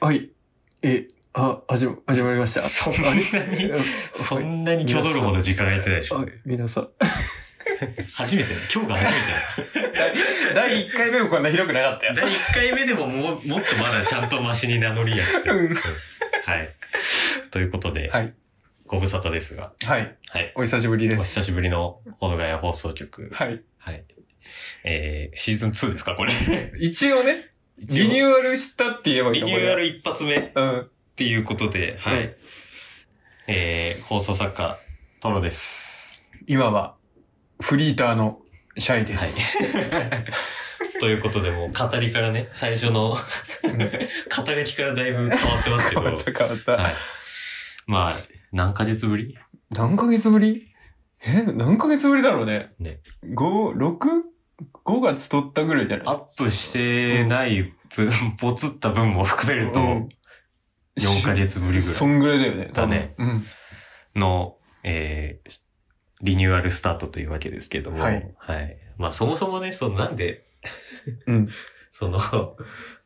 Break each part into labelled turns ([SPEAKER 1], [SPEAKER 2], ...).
[SPEAKER 1] はい。え、あ、始ま、始まりました。
[SPEAKER 2] そんなに
[SPEAKER 1] あれあ
[SPEAKER 2] そんなに挙どるほど時間空いてないでしょ。
[SPEAKER 1] あ、皆さん。
[SPEAKER 2] 初めて今日が初め
[SPEAKER 3] 第1回目もこんな広くなかったよ。
[SPEAKER 2] て第1回目でももうもっとまだちゃんとマシに名乗りやつ。
[SPEAKER 3] うん
[SPEAKER 2] はい。ということで、
[SPEAKER 3] はい
[SPEAKER 2] ご無沙汰ですが、
[SPEAKER 3] はい。
[SPEAKER 2] はい。
[SPEAKER 3] お久しぶり
[SPEAKER 2] お
[SPEAKER 3] です。
[SPEAKER 2] 久しぶりのほのがや放送局。
[SPEAKER 3] はい。
[SPEAKER 2] はい。えー、シーズン2です か、これ。
[SPEAKER 3] 一応ね、
[SPEAKER 2] 一応
[SPEAKER 3] リニューアルしたって言えばいい
[SPEAKER 2] リ
[SPEAKER 3] の
[SPEAKER 2] ニューアル一発目っ
[SPEAKER 3] これは
[SPEAKER 2] ていうことで、は
[SPEAKER 3] う
[SPEAKER 2] い。えー、放送作家、トロです。
[SPEAKER 3] うん。いわば、フリーターのシャイで
[SPEAKER 2] はい
[SPEAKER 3] す。。
[SPEAKER 2] という ことで、もう語りからね、最初の
[SPEAKER 3] うん
[SPEAKER 2] 肩書きからだいぶ変わってますけ
[SPEAKER 3] 変
[SPEAKER 2] ど。
[SPEAKER 3] わった変わった。
[SPEAKER 2] はい。まあ、何ヶ月ぶり
[SPEAKER 3] 何ヶ月ぶりえ何ヶ月ぶりだろうね。
[SPEAKER 2] ね。
[SPEAKER 3] 5、6? 5月撮ったぐらいじゃない
[SPEAKER 2] アップしてない分、ぼつった分も含めると、
[SPEAKER 3] うん
[SPEAKER 2] 4ヶ月ぶりぐら
[SPEAKER 3] そ
[SPEAKER 2] い
[SPEAKER 3] んぐらいだよね。
[SPEAKER 2] だね
[SPEAKER 3] 多分。
[SPEAKER 2] の、えーリニューアルスタートというわけですけども、
[SPEAKER 3] はい。
[SPEAKER 2] まあ、そもそもね、その、なんで、
[SPEAKER 3] うん。うん。
[SPEAKER 2] その、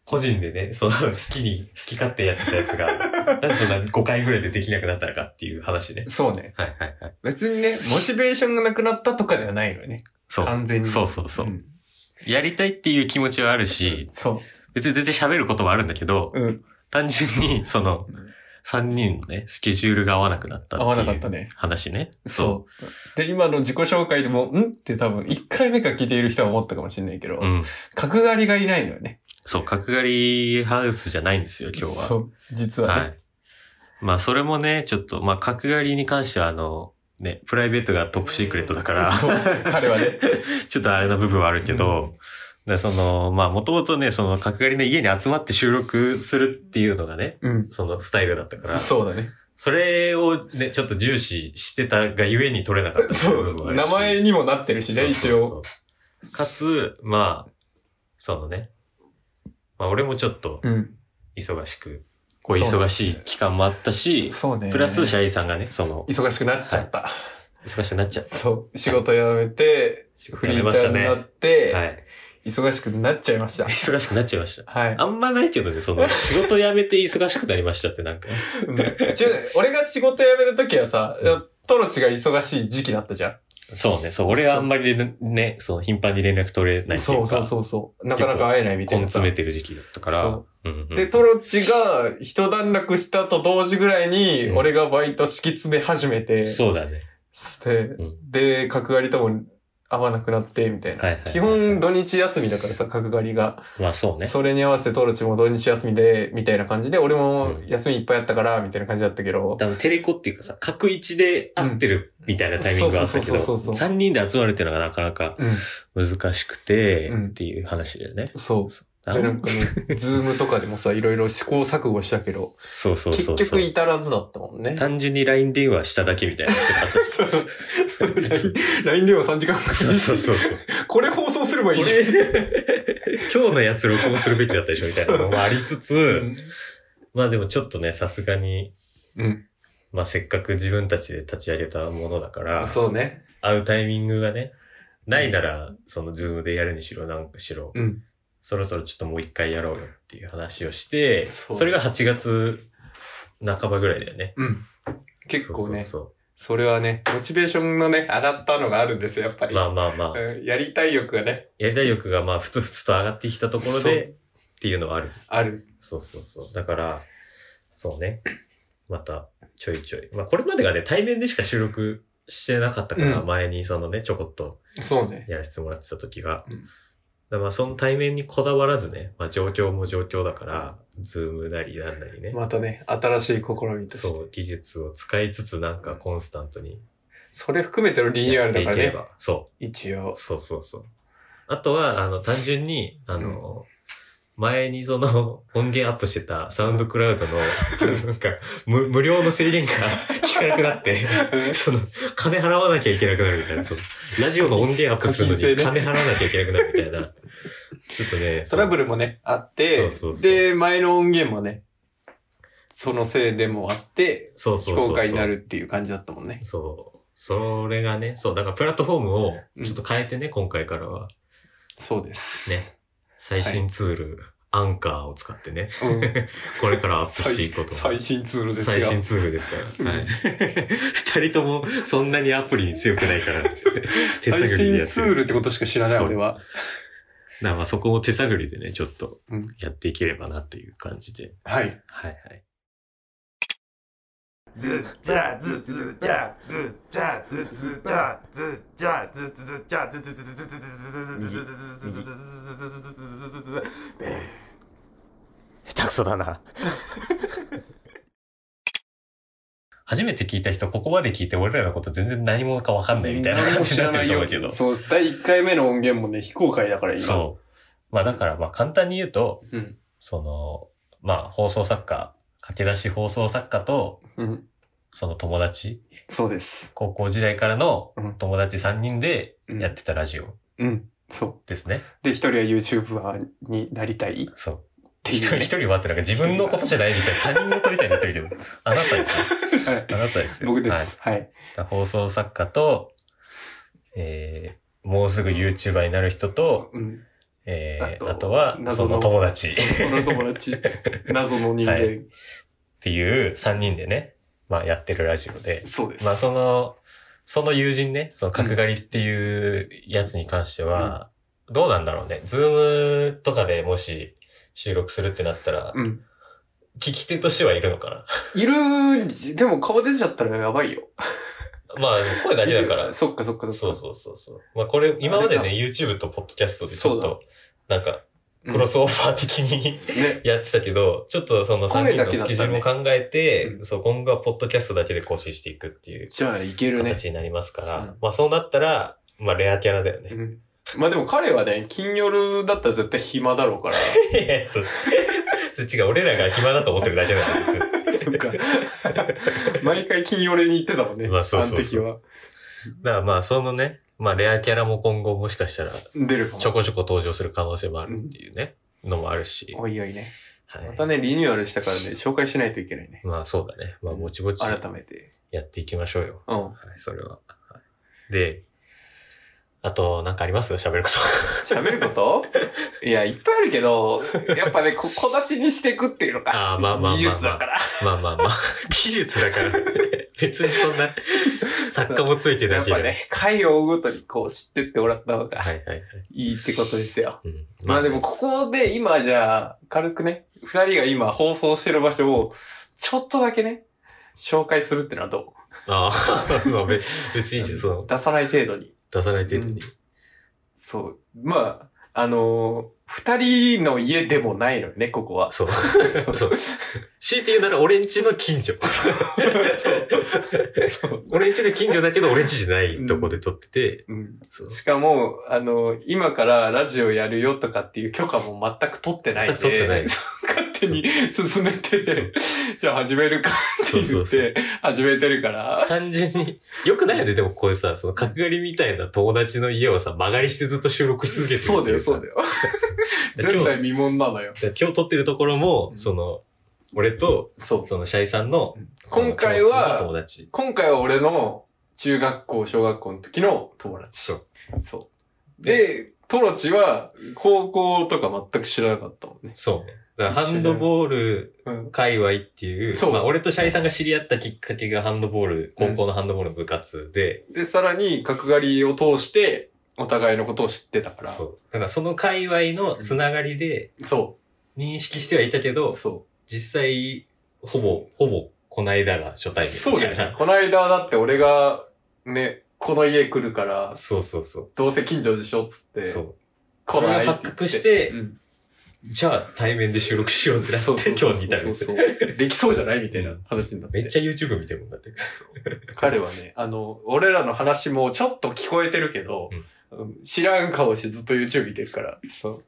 [SPEAKER 2] 個人でね、その、好きに、好き勝手やってたやつ が、なんでそんな5回ぐらいでできなくなったのかっていう話ね。
[SPEAKER 3] そうね。
[SPEAKER 2] はいはいはい。
[SPEAKER 3] 別にね、モチベーションがなくなったとかではないのよね。
[SPEAKER 2] そう。
[SPEAKER 3] 完全に。
[SPEAKER 2] そうそうそう、
[SPEAKER 3] ん
[SPEAKER 2] やりたいっていう気持ちはあるし、
[SPEAKER 3] そ
[SPEAKER 2] 別に全然喋ることもあるんだけど、
[SPEAKER 3] う。うん。
[SPEAKER 2] 単純に、その、3人のね、スケジュールが合わなくなったってい
[SPEAKER 3] 合
[SPEAKER 2] う
[SPEAKER 3] わなかったね。
[SPEAKER 2] 話ね。そ
[SPEAKER 3] そう。で、今の自己紹介でも、んって多分、1回目から聞いている人は思ったかもしれないけど、
[SPEAKER 2] う。うん。
[SPEAKER 3] 角刈りがいないのよね。
[SPEAKER 2] そう、角刈りハウスじゃないんですよ、今日
[SPEAKER 3] そ
[SPEAKER 2] は。
[SPEAKER 3] う、実はね。
[SPEAKER 2] はい。まあ、それもね、ちょっと、まあ、角刈りに関しては、あの、ね、プライベートがトップシークレットだから、
[SPEAKER 3] そう彼はね。
[SPEAKER 2] ちょっとあれな部分はあるけど、でその、まあ、もともとね、その、角刈りの家に集まって収録するっていうのがね、
[SPEAKER 3] うん。
[SPEAKER 2] そのスタイルだったから、
[SPEAKER 3] そうだね。
[SPEAKER 2] それをね、ちょっと重視してたがゆえに取れなかったってい
[SPEAKER 3] そ
[SPEAKER 2] 部分もあ
[SPEAKER 3] う。
[SPEAKER 2] る
[SPEAKER 3] 名
[SPEAKER 2] し
[SPEAKER 3] 前にもなってるしね、一
[SPEAKER 2] そうそ
[SPEAKER 3] 応。
[SPEAKER 2] うそうかつ、まあ、そのね、まあ俺もちょっと
[SPEAKER 3] うん。
[SPEAKER 2] 忙しく、こう忙しい期間もあったし、
[SPEAKER 3] そうね。
[SPEAKER 2] プラスシャイさんがね、その、
[SPEAKER 3] 忙しくなっちゃった。
[SPEAKER 2] 忙しくなっちゃった。
[SPEAKER 3] そう。仕事辞めて、
[SPEAKER 2] 仕
[SPEAKER 3] フ
[SPEAKER 2] 事
[SPEAKER 3] リ
[SPEAKER 2] 辞
[SPEAKER 3] ー
[SPEAKER 2] めま
[SPEAKER 3] ター
[SPEAKER 2] した
[SPEAKER 3] に
[SPEAKER 2] ね。
[SPEAKER 3] な
[SPEAKER 2] は
[SPEAKER 3] って、
[SPEAKER 2] い。
[SPEAKER 3] 忙しくなっちゃいました。
[SPEAKER 2] 忙しくなっちゃいました。
[SPEAKER 3] はい
[SPEAKER 2] あ。んまないけどね、その、仕事辞めて忙しくなりましたってなんか。
[SPEAKER 3] うんちょ俺が仕事辞めるときはさ
[SPEAKER 2] うん、
[SPEAKER 3] トロチが忙しい時期だったじゃん。
[SPEAKER 2] そうね、そう、俺はあんまりね、ねその頻繁に連絡取れないってい
[SPEAKER 3] そううそう
[SPEAKER 2] か、
[SPEAKER 3] そうそう。なかなか会えないみたい
[SPEAKER 2] 根
[SPEAKER 3] なさ
[SPEAKER 2] 詰。めてる時期だったから、
[SPEAKER 3] そう
[SPEAKER 2] うんうん
[SPEAKER 3] で、トロチが一段落したと同時ぐらいに、
[SPEAKER 2] うん
[SPEAKER 3] 俺がバイト敷き詰め始めて、
[SPEAKER 2] そうだね。
[SPEAKER 3] で、
[SPEAKER 2] ん
[SPEAKER 3] で、角刈りとも合わなくなって、みたいな。
[SPEAKER 2] はいはいはいはい
[SPEAKER 3] 基本土日休みだからさ、角刈りが。
[SPEAKER 2] まあそうね。
[SPEAKER 3] それに合わせてトロチも土日休みで、みたいな感じで、俺も
[SPEAKER 2] うん
[SPEAKER 3] 休みいっぱいあったから、みたいな感じだったけど、
[SPEAKER 2] 多分テレコっていうかさ、各一で会ってるみたいなタイミングがあったけど、
[SPEAKER 3] うんそうそうそうそうそう
[SPEAKER 2] 3人で集まるっていうのがなかなか
[SPEAKER 3] うん。
[SPEAKER 2] 難しくて、
[SPEAKER 3] うん
[SPEAKER 2] っていう話だよね。
[SPEAKER 3] そう。
[SPEAKER 2] あ
[SPEAKER 3] で、なんか ね、ズームとかでもさ、いろいろ試行錯誤したけど、
[SPEAKER 2] そうそうそう
[SPEAKER 3] 結
[SPEAKER 2] そ
[SPEAKER 3] 局
[SPEAKER 2] う。
[SPEAKER 3] 至らずだったもんね。
[SPEAKER 2] 単純に LINE 電話しただけみたいなやつがあったし。
[SPEAKER 3] LINE では3時間か
[SPEAKER 2] そうそうそ うそう。
[SPEAKER 3] これ放送すればいいじゃん
[SPEAKER 2] 俺、今日のやつ録音するべきだったでしょみたいなのもありつ つ、まあでもちょっとね、さすがに、
[SPEAKER 3] うん。
[SPEAKER 2] まあせっかく自分たちで立ち上げたものだから、
[SPEAKER 3] そうね。
[SPEAKER 2] 会うタイミングがね、ないなら、そのズームでやるにしろ、なんかしろ、
[SPEAKER 3] うん。
[SPEAKER 2] そろそろちょっともう一回やろうよっていう話をして、
[SPEAKER 3] そ
[SPEAKER 2] そうれが8月半ばぐらいだよね。
[SPEAKER 3] うん。結構ね、そ
[SPEAKER 2] そうそう
[SPEAKER 3] れはね、モチベーションのね、上がったのがあるんですよ、やっぱ
[SPEAKER 2] そう
[SPEAKER 3] り。
[SPEAKER 2] まあまあまあ、
[SPEAKER 3] うんやりたい欲がね、
[SPEAKER 2] やりたい欲がまあ、ふつふつと上がってきたところ
[SPEAKER 3] そう
[SPEAKER 2] で、っていうのはある。
[SPEAKER 3] ある。
[SPEAKER 2] そうそうそう。だから、そうね。また、ちょいちょい。まあ、これまでがね、対面でしか収録してなかったから、
[SPEAKER 3] うん
[SPEAKER 2] 前にそのね、ちょこっと
[SPEAKER 3] そうね。
[SPEAKER 2] やらせてもらってた時が。
[SPEAKER 3] うん
[SPEAKER 2] だからまあ、その対面にこだわらずね、まあ、状況も状況だから、ズームなりなんなりね。
[SPEAKER 3] またね、新しい試みとして。
[SPEAKER 2] そう、技術を使いつつなんかコンスタントに
[SPEAKER 3] それ含めてのリニューア
[SPEAKER 2] や
[SPEAKER 3] ル
[SPEAKER 2] って
[SPEAKER 3] だ
[SPEAKER 2] い
[SPEAKER 3] から
[SPEAKER 2] けれ
[SPEAKER 3] ね。
[SPEAKER 2] ば。そ
[SPEAKER 3] 一応
[SPEAKER 2] う、。そうそうそう。あとは、あの、単純に、あの、前にその音源アップしてたサウンドクラウドの、なんか無、無料の制限が効かなくなって、その、金払わなきゃいけなくなるみたいな、その、ラジオの音源アップするのに
[SPEAKER 3] 課金制
[SPEAKER 2] 金
[SPEAKER 3] ね
[SPEAKER 2] 払わなきゃいけなくなるみたいな、ちょっとね、
[SPEAKER 3] トラブ
[SPEAKER 2] ル
[SPEAKER 3] ルもね、あって、
[SPEAKER 2] そうそうそう
[SPEAKER 3] で、前の音源もね、そのせいでもあって、
[SPEAKER 2] そうそ
[SPEAKER 3] 非
[SPEAKER 2] うそうそう
[SPEAKER 3] 公開になるっていう感じだったもんね。
[SPEAKER 2] そう。それがね、そう、だからプラットフォームをちょっと変えてね、今回からは。
[SPEAKER 3] そうです。
[SPEAKER 2] ね、最新ツール、アンカーを使ってね、
[SPEAKER 3] うん
[SPEAKER 2] これからアップしていこう と。
[SPEAKER 3] 最新ツールですが
[SPEAKER 2] 最新ツールですから。はい。 二人ともそんなにアプリに強くな いから、手探
[SPEAKER 3] 最
[SPEAKER 2] りで
[SPEAKER 3] 新
[SPEAKER 2] やって
[SPEAKER 3] ツ
[SPEAKER 2] る
[SPEAKER 3] ールってことしか知らない
[SPEAKER 2] そう
[SPEAKER 3] 俺は。
[SPEAKER 2] だからまあそこを手探りでね、ちょっと
[SPEAKER 3] うん
[SPEAKER 2] やっていければなという感じで。
[SPEAKER 3] はい。
[SPEAKER 2] はいはい。
[SPEAKER 4] ずっちゃずずちゃずちゃずずちゃずちゃずずちゃずずずずずずずずずず
[SPEAKER 2] 下手くそだな。初めて聞いた人、ここまで聞いて俺らのこと全然何者かわかんないみたいな感じになってると思うけど。
[SPEAKER 3] そう、第1回目の音源もね、非公開だから今。
[SPEAKER 2] そう。まあだからまあ簡単に言うと、
[SPEAKER 3] うん
[SPEAKER 2] その、まあ放送作家、駆け出し放送作家と、
[SPEAKER 3] う。うん。
[SPEAKER 2] その友達、
[SPEAKER 3] そうです。
[SPEAKER 2] 高校時代からの
[SPEAKER 3] うん
[SPEAKER 2] 友達3人で
[SPEAKER 3] うん
[SPEAKER 2] やってたラジオ
[SPEAKER 3] うん。そう。
[SPEAKER 2] ですね。
[SPEAKER 3] で、一人は YouTuber になりたいっ
[SPEAKER 2] そう。
[SPEAKER 3] てい
[SPEAKER 2] 一
[SPEAKER 3] う、
[SPEAKER 2] 人
[SPEAKER 3] ね。
[SPEAKER 2] 一人はってなんか自分のことじゃないみたいな、他人事みたいになってるけど、あなたですよ。
[SPEAKER 3] はい
[SPEAKER 2] あなたですよ。
[SPEAKER 3] 僕で
[SPEAKER 2] はい
[SPEAKER 3] す。はい。
[SPEAKER 2] だから放送作家と、えー、もうすぐ YouTuber になる人と、
[SPEAKER 3] うん。
[SPEAKER 2] え
[SPEAKER 3] あ
[SPEAKER 2] ー、
[SPEAKER 3] と
[SPEAKER 2] あとは、そ
[SPEAKER 3] 謎の
[SPEAKER 2] の友達っ
[SPEAKER 3] その友達、謎の人間。
[SPEAKER 2] はいていう3人でね、まあやってるラジオで、
[SPEAKER 3] そうです。
[SPEAKER 2] まあその、その友人ね、その角刈りっていうやつに関しては、どうなんだろうね。ズームとかでもし収録するってなったら、
[SPEAKER 3] うん。
[SPEAKER 2] 聞き手としてはいるのかな。
[SPEAKER 3] いるじ、でも顔出ちゃったらやばいよ。
[SPEAKER 2] まあ声だけだから、
[SPEAKER 3] そっかそっかそ
[SPEAKER 2] そ
[SPEAKER 3] っ
[SPEAKER 2] う
[SPEAKER 3] か。
[SPEAKER 2] そうそうそう。まあこれ、今まで
[SPEAKER 3] あ
[SPEAKER 2] ね、
[SPEAKER 3] れ
[SPEAKER 2] YouTube とポッドキャストでちょっ
[SPEAKER 3] そ
[SPEAKER 2] と、なんか、クロスオーバー的に
[SPEAKER 3] ね。
[SPEAKER 2] やってたけど、ちょっとその3
[SPEAKER 3] 声
[SPEAKER 2] 人
[SPEAKER 3] だ
[SPEAKER 2] の
[SPEAKER 3] けだった
[SPEAKER 2] スケ
[SPEAKER 3] ね
[SPEAKER 2] ジュールも考えて、
[SPEAKER 3] うん
[SPEAKER 2] そう、今後はポッドキャストだけで更新していくっていう
[SPEAKER 3] じゃあ、いけるね。
[SPEAKER 2] 形になりますから、
[SPEAKER 3] うん
[SPEAKER 2] まあそうなったら、まあレアキャラだよね。
[SPEAKER 3] うんまあでも彼はね、金夜だったら絶対暇だろうから。
[SPEAKER 2] いや、そ、 そっちが俺らが暇だと思ってるだけなんです。
[SPEAKER 3] そっか。 毎回金曜日に行ってたもんね。
[SPEAKER 2] まあそうそうそう
[SPEAKER 3] あの
[SPEAKER 2] だからまあそのね、まあレアキャラも今後もしかしたら
[SPEAKER 3] 時は。出るかも。
[SPEAKER 2] ちょこちょこ登場する可能性もあるっていうね、のもあるし。
[SPEAKER 3] おいおいね。
[SPEAKER 2] はい
[SPEAKER 3] またね、リニューアルしたからね、紹介しないといけないね。
[SPEAKER 2] まあそうだね。まあぼちぼち
[SPEAKER 3] 改めて。
[SPEAKER 2] やっていきましょうよ。
[SPEAKER 3] うん。
[SPEAKER 2] はい、それは。はいで、あと、なんかあります喋ること。
[SPEAKER 3] 喋ること いや、いっぱいあるけど、やっぱね、こ小出しにしていくっていうのか。
[SPEAKER 2] あーまあまあまあまあ
[SPEAKER 3] 技術だから。
[SPEAKER 2] まあまあまあ。技術だから。 別にそんな、作家もついて
[SPEAKER 3] や
[SPEAKER 2] な
[SPEAKER 3] っ
[SPEAKER 2] けれ
[SPEAKER 3] ぱ
[SPEAKER 2] ば。
[SPEAKER 3] ね、回を追うごとにこう知ってってもらった方
[SPEAKER 2] は
[SPEAKER 3] が
[SPEAKER 2] いはいはい。
[SPEAKER 3] いいってことですよ。
[SPEAKER 2] うん
[SPEAKER 3] まあでも、ここで今じゃあ、軽くね、二人が今放送してる場所を、ちょっとだけね、紹介するってのはど
[SPEAKER 2] ああ、 まあべ別にいいじゃん。そうの、
[SPEAKER 3] 出さない程度に。
[SPEAKER 2] 出さない程度に。
[SPEAKER 3] そう。まあ、あのー二人の家でもないのよね、ここは。
[SPEAKER 2] そう。そう。強いて言うなら、俺んちの 近所。
[SPEAKER 3] そう
[SPEAKER 2] 俺んちの近所だけど、俺んちじゃないとこで撮ってて、
[SPEAKER 3] うん、
[SPEAKER 2] そう。
[SPEAKER 3] しかも、あのー今からラジオやるよとかっていう許可も全く取ってないんで。
[SPEAKER 2] 全く取ってない
[SPEAKER 3] そう勝手に進め
[SPEAKER 2] そう
[SPEAKER 3] て、じゃあ始めるかって言って、
[SPEAKER 2] そうそうそう
[SPEAKER 3] 始めてるから。
[SPEAKER 2] 単純に、よくないよね、でもこういうさ、その角刈りみたいな友達の家をさ、曲がりしてずっと収録し続けてる
[SPEAKER 3] そうだよ、そう
[SPEAKER 2] よ。
[SPEAKER 3] だよ。
[SPEAKER 2] だ
[SPEAKER 3] 前
[SPEAKER 2] から今
[SPEAKER 3] 代未聞なのよ。
[SPEAKER 2] 日、だから今日撮ってるところも
[SPEAKER 3] う、ん
[SPEAKER 2] その、俺と、
[SPEAKER 3] そう。
[SPEAKER 2] そのシャイさんの、
[SPEAKER 3] 今回
[SPEAKER 2] その
[SPEAKER 3] は
[SPEAKER 2] 友、達。
[SPEAKER 3] 今回は俺の中学校、小学校の時の友達。
[SPEAKER 2] そう。
[SPEAKER 3] そう。で、トロチは高校とか全く知らなかったもんね。
[SPEAKER 2] そうね。だからハンドボール
[SPEAKER 3] うん。
[SPEAKER 2] 界隈っていう、
[SPEAKER 3] そう
[SPEAKER 2] まあ、俺とシャイさんが知り合ったきっかけがハンドボール、高校のハンドボールの部活で、
[SPEAKER 3] で、さらに角刈りを通して、お互いのことを知ってたから。
[SPEAKER 2] そ。
[SPEAKER 3] そう
[SPEAKER 2] だからその界隈のつながりで
[SPEAKER 3] う。そ
[SPEAKER 2] 認識してはいたけ
[SPEAKER 3] う。
[SPEAKER 2] ど、
[SPEAKER 3] そ
[SPEAKER 2] 実際、ほぼ、ほぼ、こないだが初
[SPEAKER 3] う
[SPEAKER 2] 対面
[SPEAKER 3] だ
[SPEAKER 2] みた
[SPEAKER 3] よ
[SPEAKER 2] い
[SPEAKER 3] ね
[SPEAKER 2] な。。
[SPEAKER 3] この間だって俺が、ね、この家来るから、
[SPEAKER 2] そうそうそう
[SPEAKER 3] どうせ近所でしょっつって、
[SPEAKER 2] そう。
[SPEAKER 3] 来ないって言って
[SPEAKER 2] これが発覚して
[SPEAKER 3] うん
[SPEAKER 2] じゃあ対面で収録しようってな
[SPEAKER 3] そう
[SPEAKER 2] っ
[SPEAKER 3] そ
[SPEAKER 2] て
[SPEAKER 3] う
[SPEAKER 2] 今
[SPEAKER 3] そう
[SPEAKER 2] 日に至るんですよ。
[SPEAKER 3] そうできそうじゃないみたいな話になって。
[SPEAKER 2] めっちゃ YouTube 見てるもんだって。
[SPEAKER 3] 彼はね、あの、俺らの話もちょっと聞こえてるけど、うん知らん顔してずっと YouTube 見てるから、そう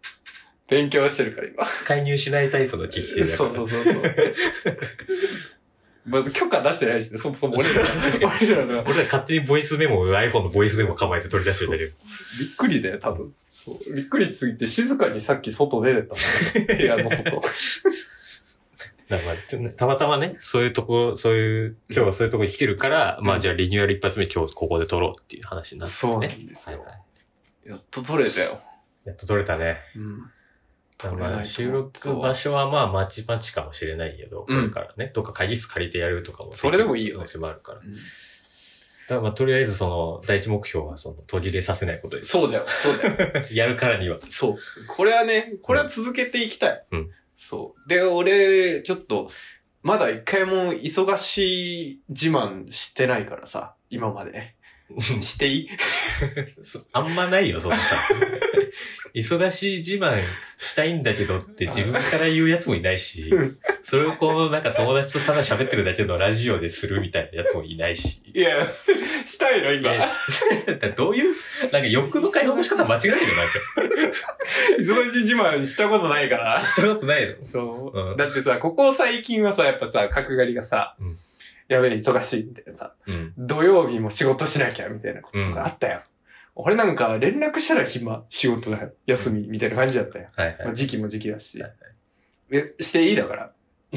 [SPEAKER 3] 勉強してるから今。
[SPEAKER 2] 介入しないタイプの聞き手だか
[SPEAKER 3] そ
[SPEAKER 2] ら。
[SPEAKER 3] うそうそうそう。まず許可出してないしね、そもそも俺らが。俺らが。
[SPEAKER 2] 俺ら勝手にボイスメモを iPhone のボイスメモ構えて取り出してる
[SPEAKER 3] びっくりだよ、多分。そうびっくりしすぎて、静かにさっき外出てたの。部屋の 外。
[SPEAKER 2] だけど。だからまあちょっとねたまたまね、そういうとこ、そういう、今日はそういうとこに来てるから、まあじゃあリニューアル一発目今日ここで撮ろうっていう話になってね。
[SPEAKER 3] そうなんですよ
[SPEAKER 2] はいはい
[SPEAKER 3] やっと取れたよ。
[SPEAKER 2] やっと撮れたね。
[SPEAKER 3] うん。
[SPEAKER 2] だ
[SPEAKER 3] 取
[SPEAKER 2] か
[SPEAKER 3] れないと思
[SPEAKER 2] ら
[SPEAKER 3] う
[SPEAKER 2] 収録場所はまあまちまちかもしれないけど、こ
[SPEAKER 3] うん
[SPEAKER 2] れからね、どっか会議室借りてやるとかも。
[SPEAKER 3] それでもいいよ
[SPEAKER 2] 可能性もあるから。だからまあとりあえずその、第一目標はその、途切れさせないことです。
[SPEAKER 3] そうだよ、そうだよ。
[SPEAKER 2] やるからには。
[SPEAKER 3] そう。これはね、これは続けていきたい。
[SPEAKER 2] うん
[SPEAKER 3] そう。で、俺、ちょっと、まだ一回も忙しい自慢してないからさ、今ま で。していい
[SPEAKER 2] そあんまないよ、その さ。忙しい自慢したいんだけどって自分から言うやつもいないし
[SPEAKER 3] うん、
[SPEAKER 2] それをこう、なんか友達とただ喋ってるだけのラジオでするみたいなやつもいないし。
[SPEAKER 3] いや、したいの
[SPEAKER 2] いやだからどういう、なんか欲の解放の仕方間違えるよ、なんか。
[SPEAKER 3] 忙しい自慢したことないから。
[SPEAKER 2] したことないの。
[SPEAKER 3] そう、
[SPEAKER 2] うん
[SPEAKER 3] だってさ、ここ最近はさ、やっぱさ、角刈りがさ、
[SPEAKER 2] うん
[SPEAKER 3] やべえ、忙しいみたいなさ、
[SPEAKER 2] うん。
[SPEAKER 3] 土曜日も仕事しなきゃみたいなこととかあったよ。俺なんか連絡したら暇、仕事だよ。休みみたいな感じだったよ。
[SPEAKER 2] はいはい
[SPEAKER 3] まあ、。時期も時期だし。え、していいだから。
[SPEAKER 2] ど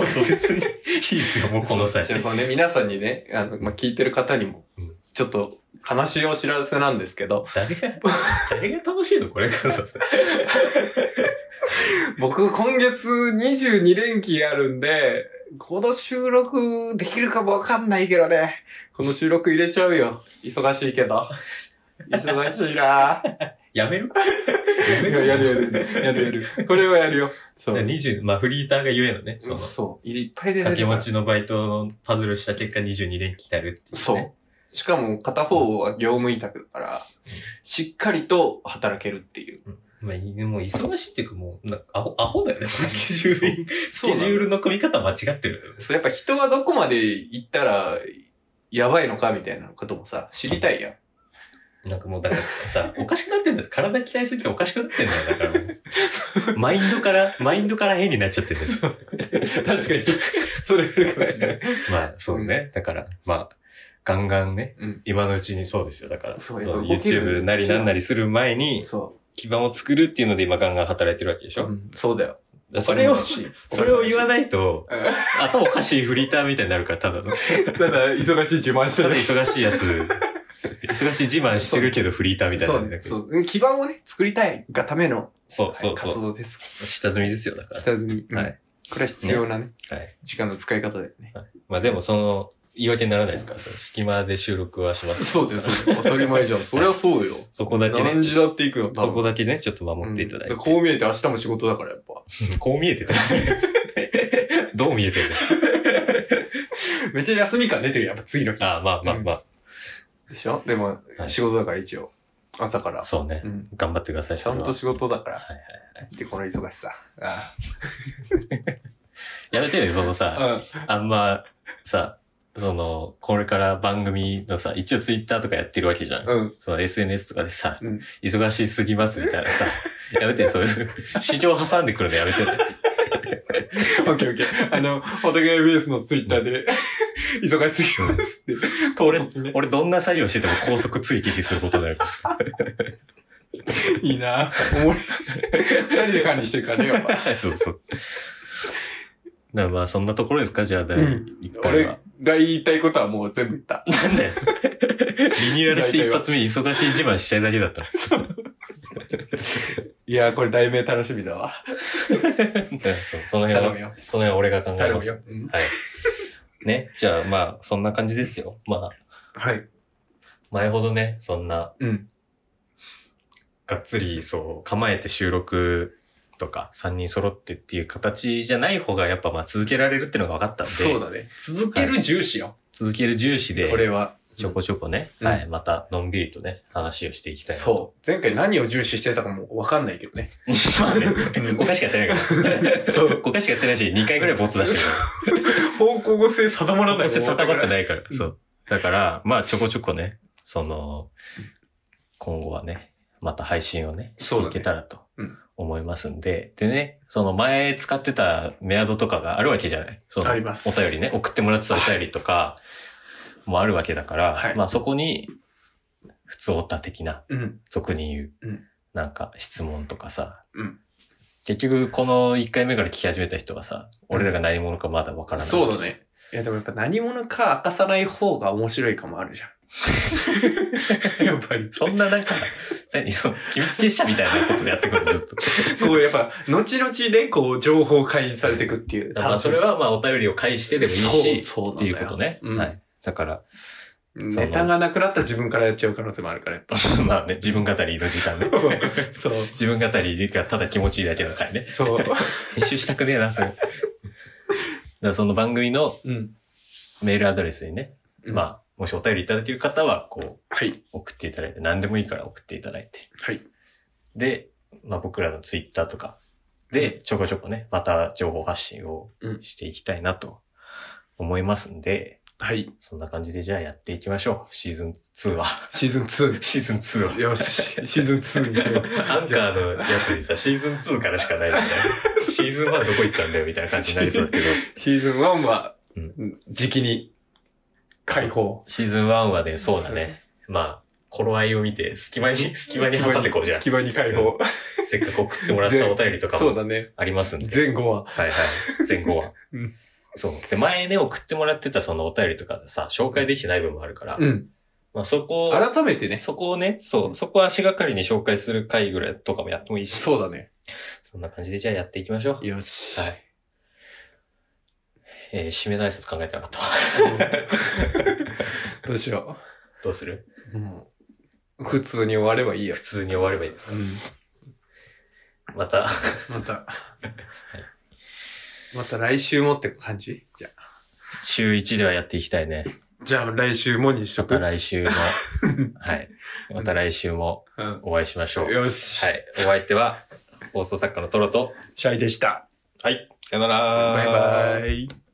[SPEAKER 2] うぞ別に。いいですよ、もう この際。
[SPEAKER 3] じゃあこうね、皆さんにね、あの、まあ、聞いてる方にも
[SPEAKER 2] うん、
[SPEAKER 3] ちょっと悲しいお知らせなんですけど、
[SPEAKER 2] 誰が、誰が楽しいのこれからさ。
[SPEAKER 3] 僕今月22連休あるんで、この収録できるかもわかんないけどね。この収録入れちゃうよ。忙しいけ ど。忙しい なぁ。
[SPEAKER 2] や める
[SPEAKER 3] い
[SPEAKER 2] や
[SPEAKER 3] ややるやる。やるやる。これはやるよ。そ
[SPEAKER 2] だから
[SPEAKER 3] う。
[SPEAKER 2] 20、まあフリーターがゆえのね、その、
[SPEAKER 3] そう。いっぱい 出て
[SPEAKER 2] 掛
[SPEAKER 3] る
[SPEAKER 2] け
[SPEAKER 3] から。
[SPEAKER 2] 持ちのバイトのパズルした結果22連期になるっていう、ね。
[SPEAKER 3] そう。。しかも片方は業務委託だから、しっかりと働けるっていう。
[SPEAKER 2] まあ、いもう忙しいっていうかもう、なんかアホ、アホだよね、もうスケジュール、スケジュールの組み方間違ってるよね。
[SPEAKER 3] そう、やっぱ人はどこまで行ったら、やばいのかみたいなこともさ、知りたいやん。
[SPEAKER 2] なんかもう、だからさ、おかしくなってんだよ。体鍛えすぎておかしくなってんだよ。だからもう。マインドから、マインドから変になっちゃってるんだよ。
[SPEAKER 3] 確かに。それあるかもしれない。
[SPEAKER 2] まあ、そうね。だから、まあ、ガンガンね、
[SPEAKER 3] うん
[SPEAKER 2] 今のうちにそうですよ。だから、
[SPEAKER 3] そう
[SPEAKER 2] の
[SPEAKER 3] やっぱ動ける
[SPEAKER 2] YouTube なりなんなりする前に、
[SPEAKER 3] そ
[SPEAKER 2] 基盤を作るっていうので今ガンガン働いてるわけでし
[SPEAKER 3] う。
[SPEAKER 2] ょ、
[SPEAKER 3] うんそうだよ。
[SPEAKER 2] それを、それを言わ
[SPEAKER 3] い。
[SPEAKER 2] ないと、頭おかしいフリーターみたいになるから、た だの。
[SPEAKER 3] ただ、忙しい自慢した
[SPEAKER 2] だ
[SPEAKER 3] てる。
[SPEAKER 2] 忙しいやつ、忙しい自慢してるけどフリーターみたい
[SPEAKER 3] そう
[SPEAKER 2] な、
[SPEAKER 3] ね。そううん基盤をね、作りたいがための
[SPEAKER 2] そう
[SPEAKER 3] は
[SPEAKER 2] そ
[SPEAKER 3] いう
[SPEAKER 2] そ
[SPEAKER 3] 活
[SPEAKER 2] う。
[SPEAKER 3] 動です。
[SPEAKER 2] 下積みですよ、だから。
[SPEAKER 3] 下積み。うん
[SPEAKER 2] はい。
[SPEAKER 3] これは必要なね、
[SPEAKER 2] はい。
[SPEAKER 3] 時間の使い方だよね。
[SPEAKER 2] まあでも、その、言い訳にならないですから、その隙間で収録はします。
[SPEAKER 3] そうだよ、そうだよ。当たり前じゃ ん。そりゃそうよ。
[SPEAKER 2] そこだけね
[SPEAKER 3] 何、時だって行くよ、多分
[SPEAKER 2] そこだけね、ちょっと守っていただいて。
[SPEAKER 3] うんこう見えて明日も仕事だから、やっぱ。
[SPEAKER 2] こう見えてた。 どう見えてる
[SPEAKER 3] めっちゃ休み感出てるやっぱ次の日。
[SPEAKER 2] ああ、まあまあま
[SPEAKER 3] でしょでも、
[SPEAKER 2] はい
[SPEAKER 3] 仕事だから一応。朝から
[SPEAKER 2] あ。。そうね
[SPEAKER 3] う。ん。
[SPEAKER 2] 頑張ってください。
[SPEAKER 3] ちゃんと
[SPEAKER 2] そ
[SPEAKER 3] 仕事だから
[SPEAKER 2] れは。はいはい
[SPEAKER 3] で、この忙しさ。あ
[SPEAKER 2] やめてね、そのさ、
[SPEAKER 3] あ。
[SPEAKER 2] あんま、さ、その、これから番組のさ、一応ツイッターとかやってるわけじゃん。
[SPEAKER 3] うん。
[SPEAKER 2] その SNS とかでさ、
[SPEAKER 3] うん
[SPEAKER 2] 忙しすぎますみたいなさ、 やめてね、そういう、市場挟んでくるのや めてね。
[SPEAKER 3] オッケーオッケー。あの、お互いベースのツイッターで、 忙しすぎますって。唐突ね。
[SPEAKER 2] 俺どんな作業してても高速追記することになるから。
[SPEAKER 3] いいなおもろい。二人で管理してるからね、やっぱ。
[SPEAKER 2] そうそう。だからまあそんなところですかじゃあ第
[SPEAKER 3] うん
[SPEAKER 2] 1回は
[SPEAKER 3] 俺。が言いたいことはもう全部言った。
[SPEAKER 2] なんだよ。リニューアルして一発目忙しい自慢したいだけだった。
[SPEAKER 3] いやー、これ題名楽しみだわ。
[SPEAKER 2] そうその辺
[SPEAKER 3] 頼む
[SPEAKER 2] は、
[SPEAKER 3] よ。
[SPEAKER 2] その辺は俺が考え
[SPEAKER 3] 頼
[SPEAKER 2] ま
[SPEAKER 3] むよ
[SPEAKER 2] す。。ね。じゃあまあそんな感じですよ。まあ
[SPEAKER 3] はい。
[SPEAKER 2] 前ほどね、そんな
[SPEAKER 3] うん。
[SPEAKER 2] がっつりそう構えて収録とか3人揃ってっていう形じゃない方がやっぱまあ続けられるっていうのが分かったんで、
[SPEAKER 3] そうだね。続ける重視よ。
[SPEAKER 2] 続ける重視
[SPEAKER 3] これ
[SPEAKER 2] で、
[SPEAKER 3] は。
[SPEAKER 2] ちょこちょこね、
[SPEAKER 3] うん
[SPEAKER 2] はい、またのんびりとね、話をしていきたいな
[SPEAKER 3] そ
[SPEAKER 2] と。
[SPEAKER 3] う。前回何を重視してたかもわかんないけど ね。
[SPEAKER 2] まあね、5回しかやってない から。そう。5回しかやってないし、2回ぐらいボツ出してるか
[SPEAKER 3] 方向性定ま
[SPEAKER 2] ら。
[SPEAKER 3] らない。
[SPEAKER 2] 定まって
[SPEAKER 3] い。
[SPEAKER 2] ないから。そう。だから、まあちょこちょこね、その、今後はね、また配信をね、し
[SPEAKER 3] そうだね
[SPEAKER 2] ていけたらと
[SPEAKER 3] うん
[SPEAKER 2] 思いますんで、でね、その前使ってたメアドとかがあるわけじゃないその
[SPEAKER 3] あります
[SPEAKER 2] お便りね、送ってもらってたお便りとかもあるわけだから、
[SPEAKER 3] はい
[SPEAKER 2] まあそこに、普通オタ的な
[SPEAKER 3] うん。
[SPEAKER 2] 俗に言う、
[SPEAKER 3] うん
[SPEAKER 2] なんか質問とかさ、
[SPEAKER 3] うん
[SPEAKER 2] 結局この1回目から聞き始めた人がさ、
[SPEAKER 3] うん
[SPEAKER 2] 俺らが何者かまだわからない、
[SPEAKER 3] そうだね。いや、でもやっぱ何者か明かさない方が面白いかもあるじゃん。 やっぱり。
[SPEAKER 2] そんななんか、何そう、秘密結社みたいなことでやってくる、ずっ と。
[SPEAKER 3] こう、やっぱ、後々で、こう、情報開示されていくっていう。
[SPEAKER 2] まあ、それはまあ、お便りを返してでもいいし、
[SPEAKER 3] そうそう
[SPEAKER 2] っていうことね。
[SPEAKER 3] うん
[SPEAKER 2] はい。だから、
[SPEAKER 3] ネタがなくなった自分からやっちゃう可能性もある から、やっぱ。
[SPEAKER 2] まあね、自分語りの時間ね。
[SPEAKER 3] そう。
[SPEAKER 2] 自分語りがただ気持ちいいだけだからね。
[SPEAKER 3] そう。
[SPEAKER 2] 編集したくねえな、それ。だからその番組の
[SPEAKER 3] うん。
[SPEAKER 2] メールアドレスにね、
[SPEAKER 3] うん
[SPEAKER 2] まあ、もしお便りいただける方は、こう、
[SPEAKER 3] はい。
[SPEAKER 2] 送っていただいて、何でもいいから送っていただいて。
[SPEAKER 3] はい。
[SPEAKER 2] で、まあ僕らのツイッターとかで、ちょこちょこね、また情報発信をしていきたいなと思いますんで、
[SPEAKER 3] はい。
[SPEAKER 2] そんな感じでじゃあやっていきましょう。シーズン2は。
[SPEAKER 3] シーズン2。
[SPEAKER 2] シーズン2は。
[SPEAKER 3] よし。シーズン2にしよう。
[SPEAKER 2] アンカーのやつにさ、シーズン2からしかないみたいな。シーズン1どこ行ったんだよみたいな感じになりそうだけど。
[SPEAKER 3] シーズン1は
[SPEAKER 2] う、
[SPEAKER 3] 時期に解放。
[SPEAKER 2] シーズン1はね、そうだね。まあ、頃合いを見て、隙間に、 隙間に挟んでこうじゃん。
[SPEAKER 3] 隙間に解 放。
[SPEAKER 2] せっかく送ってもらったお便りとか
[SPEAKER 3] そう
[SPEAKER 2] も
[SPEAKER 3] だね。
[SPEAKER 2] ありますんで。
[SPEAKER 3] 前後は。
[SPEAKER 2] はいはい。前後は。
[SPEAKER 3] うん
[SPEAKER 2] そう。で、前ね、送ってもらってたそのお便りとかさ、紹介できてない部分もあるから、
[SPEAKER 3] うん。
[SPEAKER 2] まあそこを、
[SPEAKER 3] 改めてね。
[SPEAKER 2] そこをね、そう、そこは足がかりに紹介する回ぐらいとかもやってもいいし、
[SPEAKER 3] そうだね。
[SPEAKER 2] そんな感じでじゃあやっていきましょう。
[SPEAKER 3] よし。
[SPEAKER 2] はい。えー、締めの挨拶考えてなかったわ。
[SPEAKER 3] どうしよ
[SPEAKER 2] どうする
[SPEAKER 3] う。もう、普通に終わればいいよ
[SPEAKER 2] 普。通に終わればいいですか
[SPEAKER 3] うん。
[SPEAKER 2] ま た、
[SPEAKER 3] また。また来週もって感じじゃ
[SPEAKER 2] 週1ではやっていきたいね。
[SPEAKER 3] あ。じゃあ来週もにしと
[SPEAKER 2] ま
[SPEAKER 3] く
[SPEAKER 2] た。来週 も、はい。また来週も
[SPEAKER 3] うん。
[SPEAKER 2] お会いしましょう。は
[SPEAKER 3] よし。
[SPEAKER 2] い。お相手は、放送作家のトロと、
[SPEAKER 3] シャイでした。
[SPEAKER 2] はい。さよなら。
[SPEAKER 3] バイバイ。